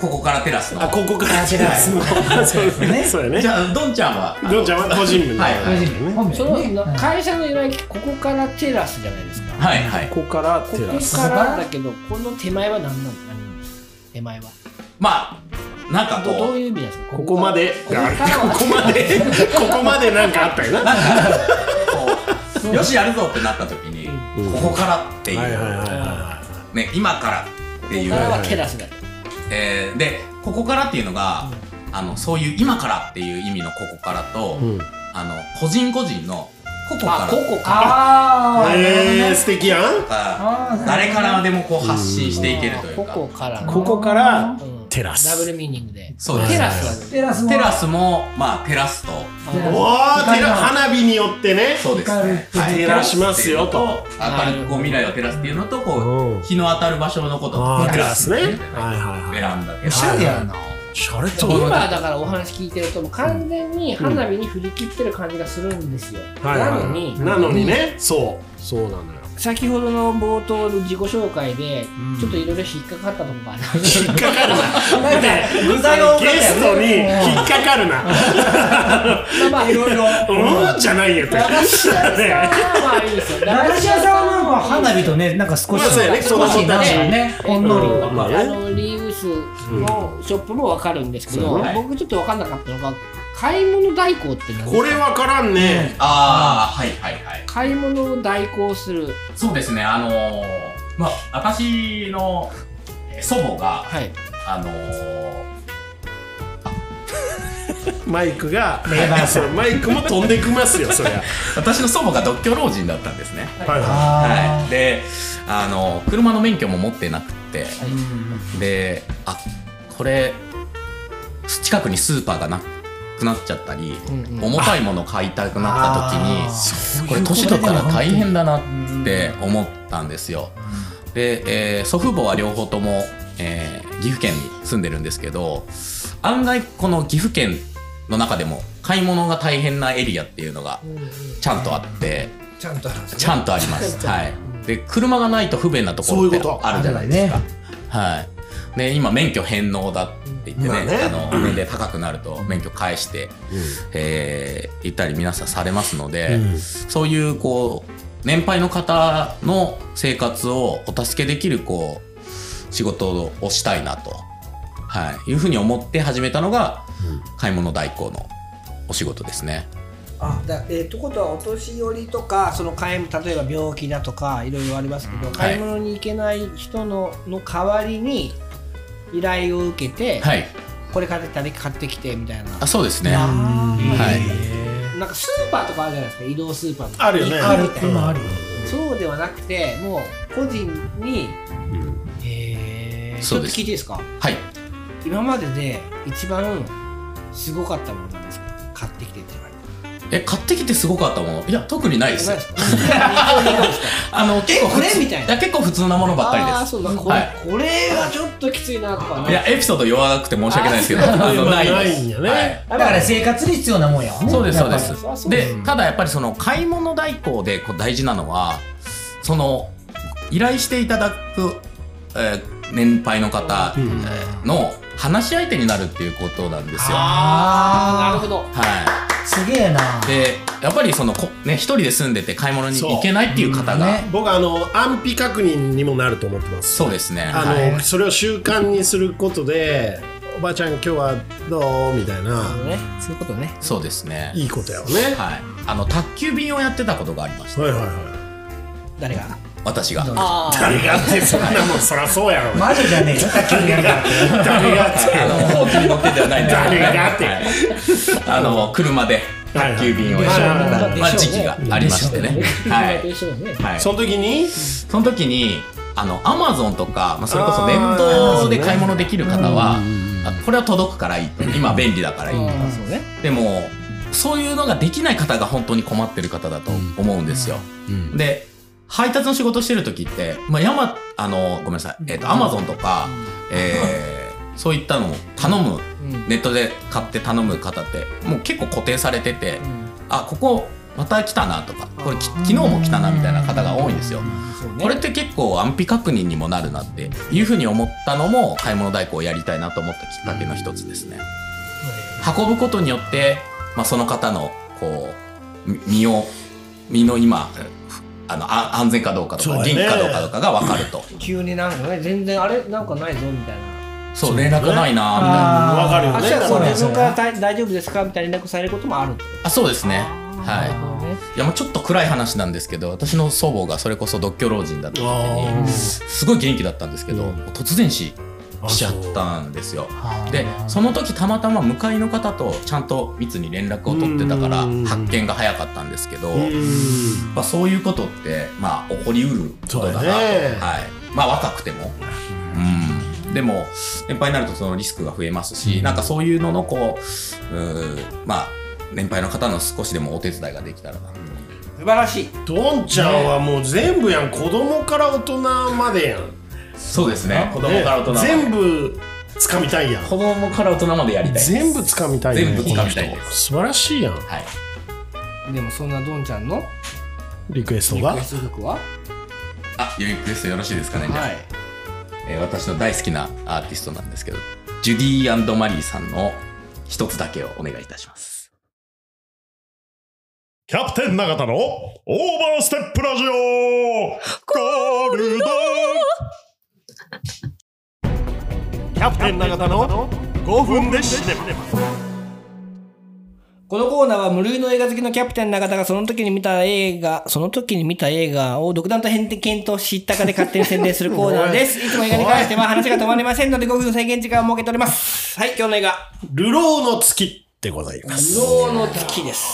ここからテラスのあここから違うその そうですねそうやねじゃあどんちゃんはあのどんちゃんは個人名はいはい本名そのねな会社の由来ここからテラスじゃないですかこはいはいここからテラスこからだけどこの手前は何なの何なんですか手前はまあなんかどどこうういう意味なんですかここまでがあるこここまでここまでなんかあったよなはこうよしやるぞってなった時にここからっていはいはいいうはね今からっこていうからはテラスだとえーでここからっていうのがあのそういう今からっていう意味のここからというんあの個人個人のここからあここかあーえー、素敵やんとかあー誰からでもこう発信していけるというこかこからここからうんテラスダブルミーニングでそうですテラステラスもテラスもまあテラスとテラおスーテラ花火によってねそうですね光るはい照らしますよと明るくこう未来を照らすっていうのとうこんう日の当たる場所のことあーをテラスねはいテラはいはベいランダテおラしゃれやなシャレ今とはだからお話聞いてるともう完全に花火に振り切ってる感じがするんですよ、いはいなのになのにねそうそうなのよ先ほどの冒頭の自己紹介で、ちょっといろいろ引っかかったとこがある引っかかるなだって具材が多かったゲよねストに引っかかるなまあまあいろいろうんじゃないよって駄菓子屋さんねはまあい いですよ駄菓子屋さんはなんか花火とねなんか少まあしそうやね少しなんかねほんのりうんまあねあのリーブスのショップもわかるんですけど、うんそう僕ちょっとわかんなかったのが買い物代行って何これわからんねああはいはいはい買い物を代行するそうですねあのーまあ私のえー祖母がはいあのーマイクがレバーさんそうマイクも飛んできますよそりゃ私の祖母が独居老人だったんですねはいはあはいであのー車の免許も持ってなくてーうんであこれ近くにスーパーがなくなっちゃったり、んうん重たいもの買いたくなった時あーそういうにこれこと年取ったらね大変だなって思ったんですよ。で、えー祖父母は両方とも、えー岐阜県に住んでるんですけど案外この岐阜県の中でも買い物が大変なエリアっていうのがちゃんとあってちゃんとあるんですねちゃんとあります。はい、で車がないと不便なところってそういうことあるじゃないですか。ねはい。ね、今免許返納だって言ってね、まああねの年齢高くなると免許返して、えー行ったり皆さんされますので、うんそういうこう年配の方の生活をお助けできるこう仕事をしたいなと、はい、いうふうに思って始めたのが、買い物代行のお仕事ですね。あだえー、とことはお年寄りとかその買い例えば病気だとかいろいろありますけど、うん買い物に行けない人のの代わりに依頼を受けて、はい、これ買ってきたね買ってきてみたいなあそうですね。はあい、なんかスーパーとかあるじゃないですか移動スーパーとかあるよねーある今あるよそうではなくてもう個人にうんへえちそょっうとです聞いていいですかはい、今までで一番すごかったものなんですか買ってきてって言われてえ買ってきてすごかったものいや特にないですないですか日本にどうですか あの結構これ普通みたいなや結構普通なものばっかりですあーそうだこれ、はこれはちょっときついなとかい、いやエピソード弱くて申し訳ないですけどあのないなでいんすやねはいだから生活に必要なもんやもんねそうですそうやでっぱぱりすでただやっぱりその買い物代行でこう大事なのはその依頼していただく、えー年配の方えんーの話し相手になるっていうことなんですよはあーなるあほどいーすげえなでやっぱりそのこね一人で住んでて買い物に行けないっていう方がそう,、ね僕あの安否確認にもなると思ってますですねあはいの、それを習慣にすることでおばあちゃん今日はどうみたいなねそういうことねそうですねいいことやわねはいあの宅急便をやってたことがありましたはいはいは誰が私が。誰がってそんなもんそらそうやろ マジじゃねえよ。急にやるからって。誰がってあの、ほうきに乗ってではないんですけど誰がってはいあの、車ではい宅急便をやまある、まあまあまあ、時期がありましてね。はい。でしょうね。はい。その時にその時に、あの、アマゾンとか、まあ、それこそネットで買い物できる方は、あこれは届くからいいと。今便利だからいいと。そうね。でも、そういうのができない方が本当に困ってる方だと思うんですよ。で、配達の仕事してる時って、まあ、ヤマ、あの、ごめんなさい、えっ、と、アマゾンとか、えーそういったのを頼む、ネットで買って頼む方って、もう結構固定されてて、あ、ここ、また来たなとか、これき昨日も来たなみたいな方が多いんですよ。これって結構安否確認にもなるなっていうふうに思ったのも買い物代行をやりたいなと思ったきっかけの一つですね。運ぶことによって、まあ、その方のこうみ身を身の今あのあ安全かどうかとそうかだね元気かどうかとかが分かると急になんかね、全然あれなんかないぞみたいな。そう連絡ないなみたいなわかるよあ、ねじゃあそうなんです自よ分から大大丈夫ですかみたいな連絡されることもあるってこあそうですねはいとね。いやもうちょっと暗い話なんですけど私の祖母がそれこそ独居老人だった時あにすごい元気だったんですけうど、ん突然死あしちゃったんですよでその時たまたま向かいの方とちゃんと密に連絡を取ってたからうん発見が早かったんですけど、うんまあ、そういうことって、まあ、起こりうることだなそうと、だねはいまあ、若くても、うん、でも年配になるとそのリスクが増えますし、なんかそういうののこううーまあ年配の方の少しでもお手伝いができたらな素晴らしい。どんちゃんはもう全部やん子供から大人までやんそうですね子供から大人まで全部掴みたいやん子供から大人までやりたいです全部掴みたいね全部掴みたこいですの人素晴らしいやんはいでもそんなどんちゃんのリクエストリがクエスト曲はあリクエストよろしいですかね、じゃあはい。えー私の大好きなアーティストなんですけどジュディーマリーさんの一つだけをお願いいたしますキャプテン永田のオーバーステップラジオゴールドキャプテン永田の5分で死ねばこのコーナーは無類の映画好きのキャプテン永田がその時に見た映画、その時に見た映画を独断と偏見と知ったかで勝手に宣伝するコーナ ーです。いつも映画に関しては話が止まりませんので5分の制限時間を設けております。はい、今日の映画、流浪の月でございます流浪の月です。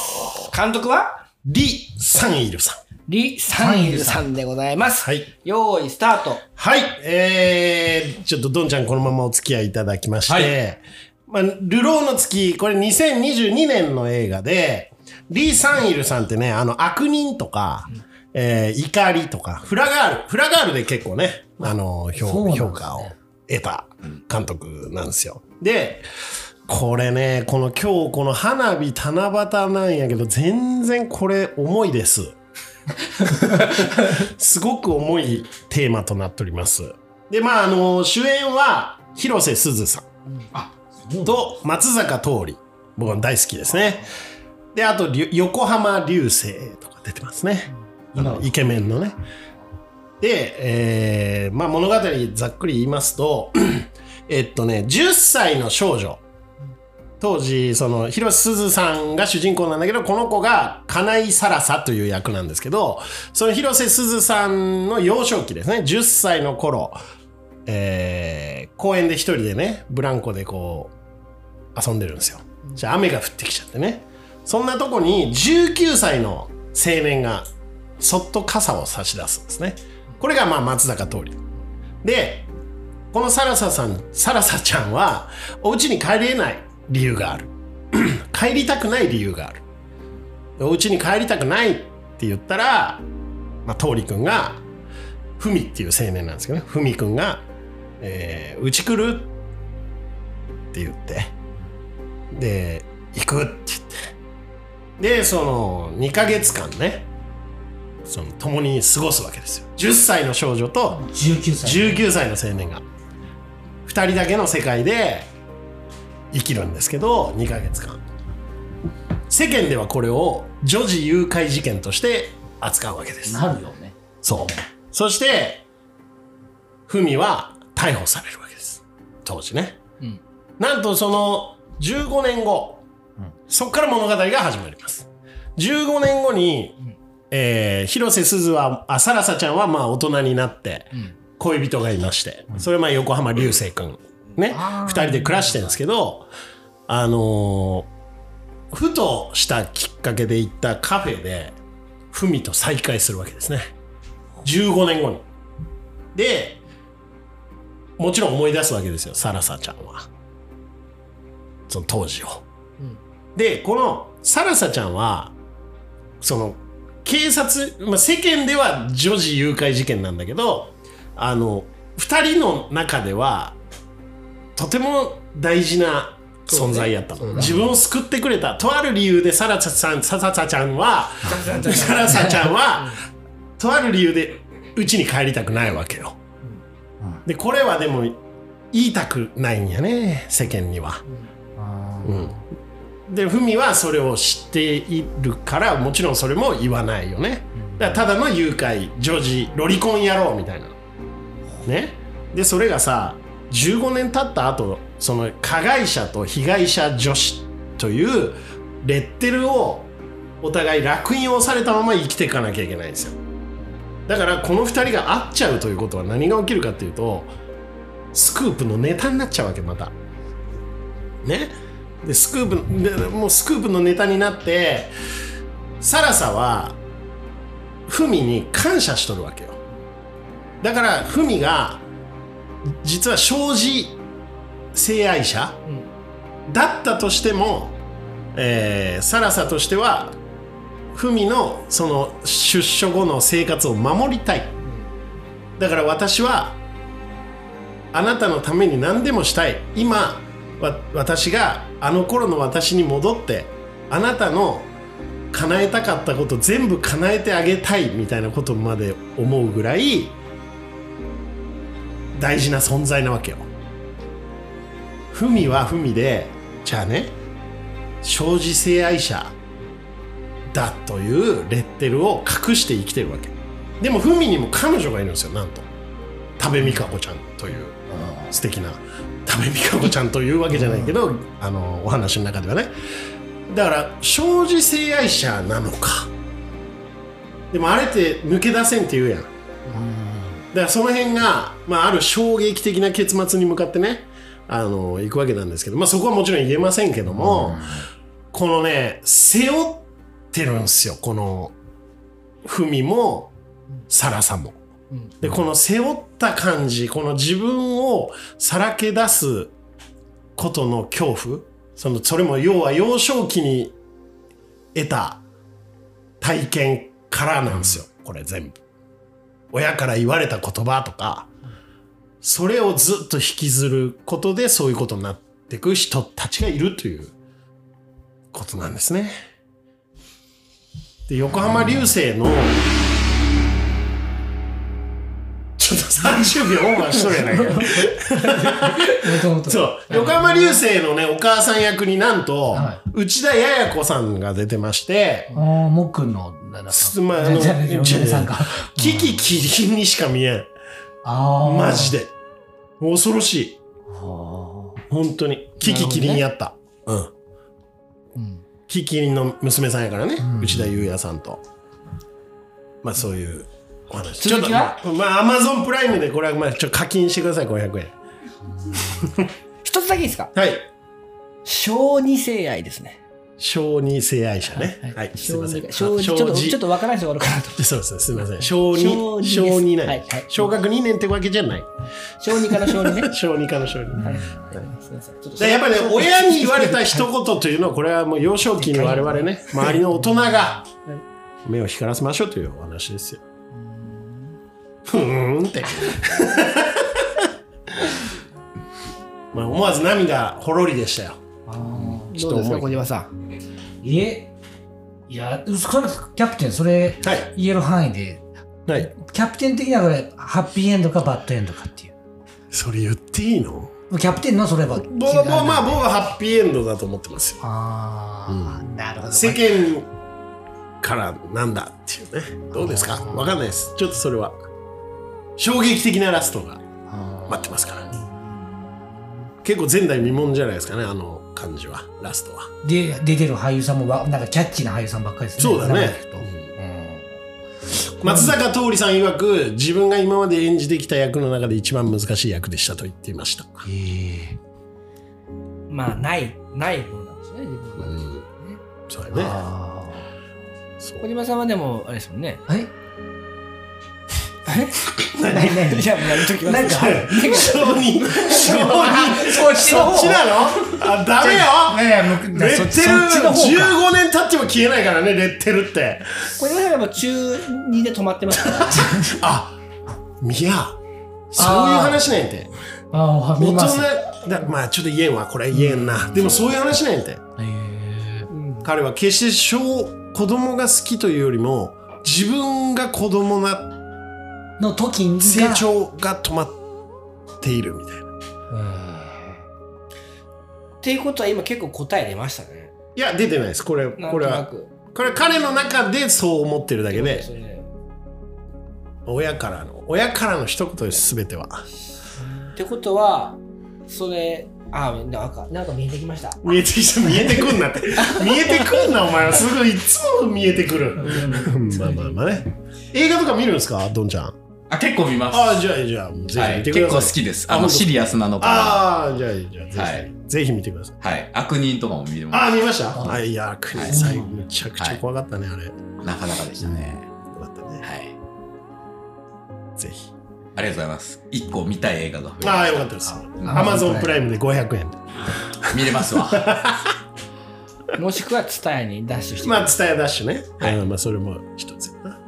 監督はリ・サンイルさんリ・サンイルさんでございます。はい用意スタート。はいえー、ちょっとどんちゃんこのままお付き合いいただきまして、まあ、流浪の月これ2022年の映画でリ・サンイルさんってねあの悪人とか、えー怒りとかフラガールフラガールで結構ねあの評,、評価を得た監督なんですよでこれねこの今日この花火七夕なんやけど全然これ重いですすごく重いテーマとなっております。で、まあ、あの、主演は、広瀬すずさん。と、松坂桃李。僕は大好きですね。で、あと、りゅ横浜流星とか出てますね。あのイケメンのね。で、えーまあ、物語ざっくり言いますと、 えっとね、10歳の少女。当時、その、広瀬すずさんが主人公なんだけど、この子が、金井サラサという役なんですけど、その広瀬すずさんの幼少期ですね、10歳の頃、えー公園で一人でね、ブランコでこう、遊んでるんですよ。じゃあ雨が降ってきちゃってね。そんなとこに19歳の青年がそっと傘を差し出すんですね。これがまあ松坂桃李。で、このサラサさん、サラサちゃんは、お家に帰れない理由がある。 帰りたくない理由がある。お家に帰りたくないって言ったら、まあ、通りくんが、ふみっていう青年なんですけどね、ふみくんが、えーうち来るって言って、で、行くって言って、で、その、2ヶ月間ね、その、共に過ごすわけですよ。10歳の少女と19歳。 19歳の青年が2人だけの世界で生きるんですけど2ヶ月間世間ではこれを女児誘拐事件として扱うわけですなるよね。そうそしてフミは逮捕されるわけです当時ね、んなんとその15年後、そっから物語が始まります15年後に、えー広瀬すずは、あ、サラサちゃんはまあ大人になって、恋人がいまして、それはまあ横浜流星くん、ね、二人で暮らしてるんですけど、あのーふとしたきっかけで行ったカフェで、ふみと再会するわけですね。15年後に。で、もちろん思い出すわけですよ、サラサちゃんは。その当時を。で、このサラサちゃんは、その、警察、まあ、世間では女児誘拐事件なんだけど、あの、二人の中では、とても大事な存在やったの、自分を救ってくれた。とある理由でサラサさん、サササちゃんは、サラサちゃんは、とある理由で、うちに帰りたくないわけよ。で、これはでも、言いたくないんやね、世間には。うん。でふみはそれを知っているからもちろんそれも言わないよねだからただの誘拐女児ロリコン野郎みたいなねでそれがさ15年経った後その加害者と被害者女子というレッテルをお互い烙印をされたまま生きていかなきゃいけないんですよだからこの2人が会っちゃうということは何が起きるかっていうとスクープのネタになっちゃうわけまたねでスクープでもうスクープのネタになってサラサはフミに感謝しとるわけよだからフミが実は生児性愛者だったとしても、えーサラサとしてはフミのその出所後の生活を守りたいだから私はあなたのために何でもしたい今わ私があの頃の私に戻ってあなたの叶えたかったこと全部叶えてあげたいみたいなことまで思うぐらい大事な存在なわけよ。ふみはふみでじゃあね生児性愛者だというレッテルを隠して生きてるわけでもふみにも彼女がいるんですよなんと多部未華子ちゃんという素敵な多部未華子ちゃんというわけじゃないけど、あのお話の中ではねだから生児性愛者なのかでもあれって抜け出せんって言うやんだからその辺が、まあ、ある衝撃的な結末に向かってねあの行くわけなんですけど、まあ、そこはもちろん言えませんけども、このね背負ってるんですよこのふみもサラさも。でこの背負った感じこの自分をさらけ出すことの恐怖そのそれも要は幼少期に得た体験からなんですよこれ全部親から言われた言葉とかそれをずっと引きずることでそういうことになってく人たちがいるということなんですねで横浜流星の、ちょっと30秒オーバーしとるやないか。そう。横浜流星のね、お母さん役になんと、は内田やや子さんが出てまして、ああ、僕の、なんだすまああのじゃあじゃあじゃあさんか。キキキリンにしか見えん。ああ。マジで。恐ろしい。本当に。キキキリンやった。うん。キキキリンの娘さんやからね。内田裕也さんと。まあそういうお話。続きはちょっとまあアマゾンプライムでこれはまあちょっと課金してください、500円。一つだけいいですかはい。小児性愛ですね。小児性愛者ね。はい。すいません。小児、ちょっと、ちょっとわからない人がおるかなと。そうですね、すみません。小児、小小児です児ない、はいはい小学2年ってわけじゃない。小児科の 小児ね。小児科の小児。はいすいませんちょっとでやっぱりね、親に言われた一言というのは、これはもう幼少期の我々ね、周りの大人が目を光らせましょうというお話ですよ。ふーんって。まあ思わず涙ほろりでしたよ。ちょっどとうで重すか、い小島さん。いえ、いや、それキャプテン、それ、はい。言える範囲で、はい。キャプテン的にはこれ、ハッピーエンドかバッドエンドかっていう。それ言っていいのキャプテンのそれは。僕は、僕はまあ、僕はハッピーエンドだと思ってますよ。ああ、なるほど。世間からなんだっていうねどうですかわかんないですちょっとそれは衝撃的なラストが待ってますから結構前代未聞じゃないですかねあの感じはラストはで、出てる俳優さんもわ、なんかキャッチーな俳優さんばっかりですね。そうだね長い人松坂桃李さん曰く自分が今まで演じてきた役の中で一番難しい役でしたと言っていました、まあ、ない、ない方なんですね、自分うは。ん、そうやねあそーう小島さんはでも、あれですもんね。え何何いや、もうやめときま す。なんか小児小児そっちのそっち方なのあダメよいやいやむレッテルそそっちの方か15年経っても消えないからねレッテルって小島さんはやっぱ中2で止まってますから。あいやそういう話なんやてああ大見人ますだまあちょっと言えんわこれ言えんな、でもそういう話なんやてへえ彼は決して小子供が好きというよりも自分が子供なの時に成長が止まっているみたいな。っていうことは今結構答え出ましたね。いや出てないですこれなんことれなはく。これは彼の中でそう思ってるだけでそれで親からの親からの一言です全てはってことは、それ、あー、なんか、なんか見えてきました。見えてきた見えてくん なって見えてくんなお前はすごいいつも見えてくるまあまあまあね映画とか見るんですかどんちゃんあ、結構見ます。ああじゃあじゃあぜはひい、見て結ください、構好きです。ああ本の、当シリアスなのかああじゃあじゃあぜひ、はいぜひ見てくださいな。はい。悪人とかも見てまああす。見ましたはいいやクリス最後むちゃくちゃ怖かったね、あれよなかなかでしたね。かったねはい。ぜひありがとうございます。一個見たい映画が増えましたああよかったですあアマゾンプライムで500円見れま すわ。もしくは、ツタヤにダッシュして。まあ、ツタヤダッシュね。はいうんまあ、それも一つやな。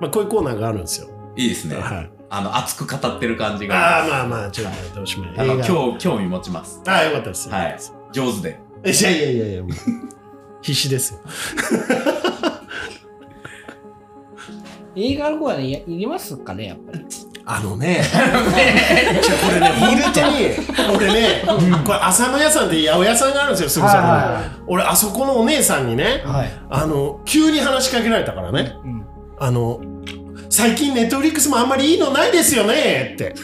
まあ、こういうコーナーがあるんですよ。いいですね。はいあの、熱く語ってる感じああ、が。まあまあ、ちょっと、どうしようもあない。の、映画興興味持ちます。ああ、よかったです。はい。上手で。い。いやいやいやい や、もう必死ですよ。映画の方はね、いりますかね、やっぱり。あの ね、じゃあこれね、本当に、俺ね、これ、浅野屋さんって八百屋さんがあるんですよ、すぐそこにはいはいはい俺、あそこのお姉さんにね、 はいあの、急に話しかけられたからね、あの、最近ネットフリックスもあんまりいいのないですよねって。っ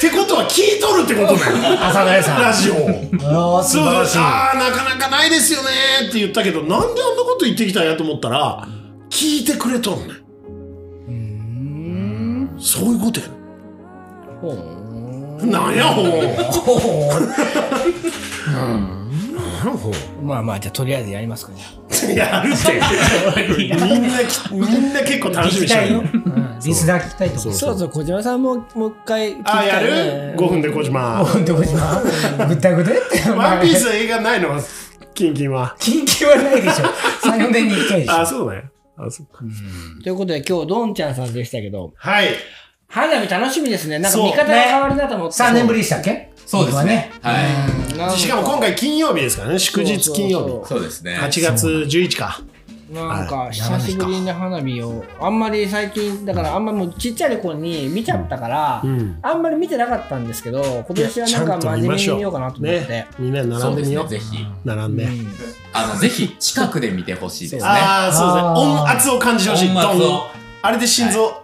てことは聞いとるってこと なの朝谷さんラジオをああ素そうそ晴うらしいああなかなかないですよねって言ったけどなんであんなこと言ってきたんやと思ったら聞いてくれとんねんそういうことやねんなんや ほうなんやほうまあまあ、じゃあ、とりあえずやりますかね。やるってみんなきみんな結構楽しみにしてるようんリスナー聞きたいと思うそろそろ小島さんも、もう一回聞きああたやいね、る5分で小島本当に今ぐったぐたや ってワンピースの映画ないのキンキン は緊急はないでしょ34年に1回でしょああそうだよあそうかということで、今日、どんちゃんさんでしたけど、はい花火楽しみですね。なんかそう見方が変わるなと思って。 3年ぶりでしたっけそうですね。はうん。なんしかも今回金曜日ですからね祝日金曜日そうそうい。そうですね。 8月11日かなんか久しぶりに花火をあんまり最近だからあんまもうちっちゃい子に見ちゃったから、んあんまり見てなかったんですけど今年はなんか真面目に見ようかなと思って、ね、みんなそ並うんでですみよね。うぜひ。並んで、あの、ぜひ、近くで見てほしいですね。ああそうですねあ音ー圧を感じてほしい音圧をドンあれで心臓、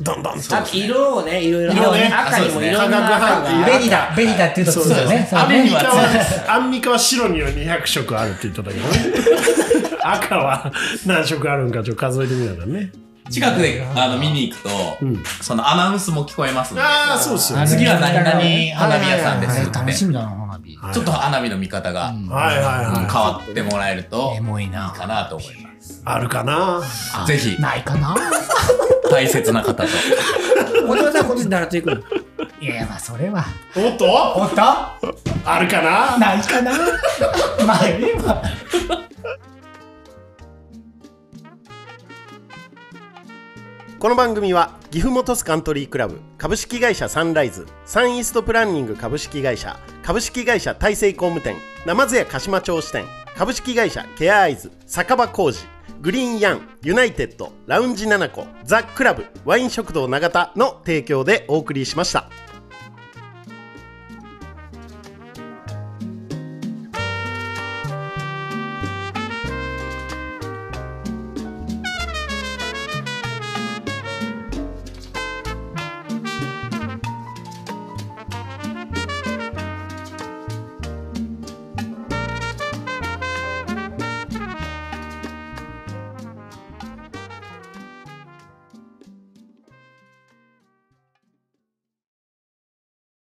ドンドンとあと色をねいろいろ色ね赤にもいろんなあ赤そうですねがベニだベニだっていうとそうだよねアそうンねミカはアンミカは白には200色あるって言っただけど ね赤は何色あるんかちょっと数えてみたらね近くで、あの、見に行くと、んそのアナウンスも聞こえますので。ああそうですよね次は何々花火屋さんですって楽しみだな花火はいちょっと花火の見方が、うんはいはい変はいわってもらえると、エいいモいなかなと思います。あるかなぜひ、ないかな大切な方と。小島さん今年習っていくのいやまあそれはおっとおっとあるかなないかなまあええわこの番組は岐阜本スカントリークラブ株式会社サンライズサンイーストプランニング株式会社株式会社大成工務店生津屋鹿島町支店株式会社ケアアイズ酒場工事グリーンヤンユナイテッドラウンジナナコザ・クラブワイン食堂永田の提供でお送りしました。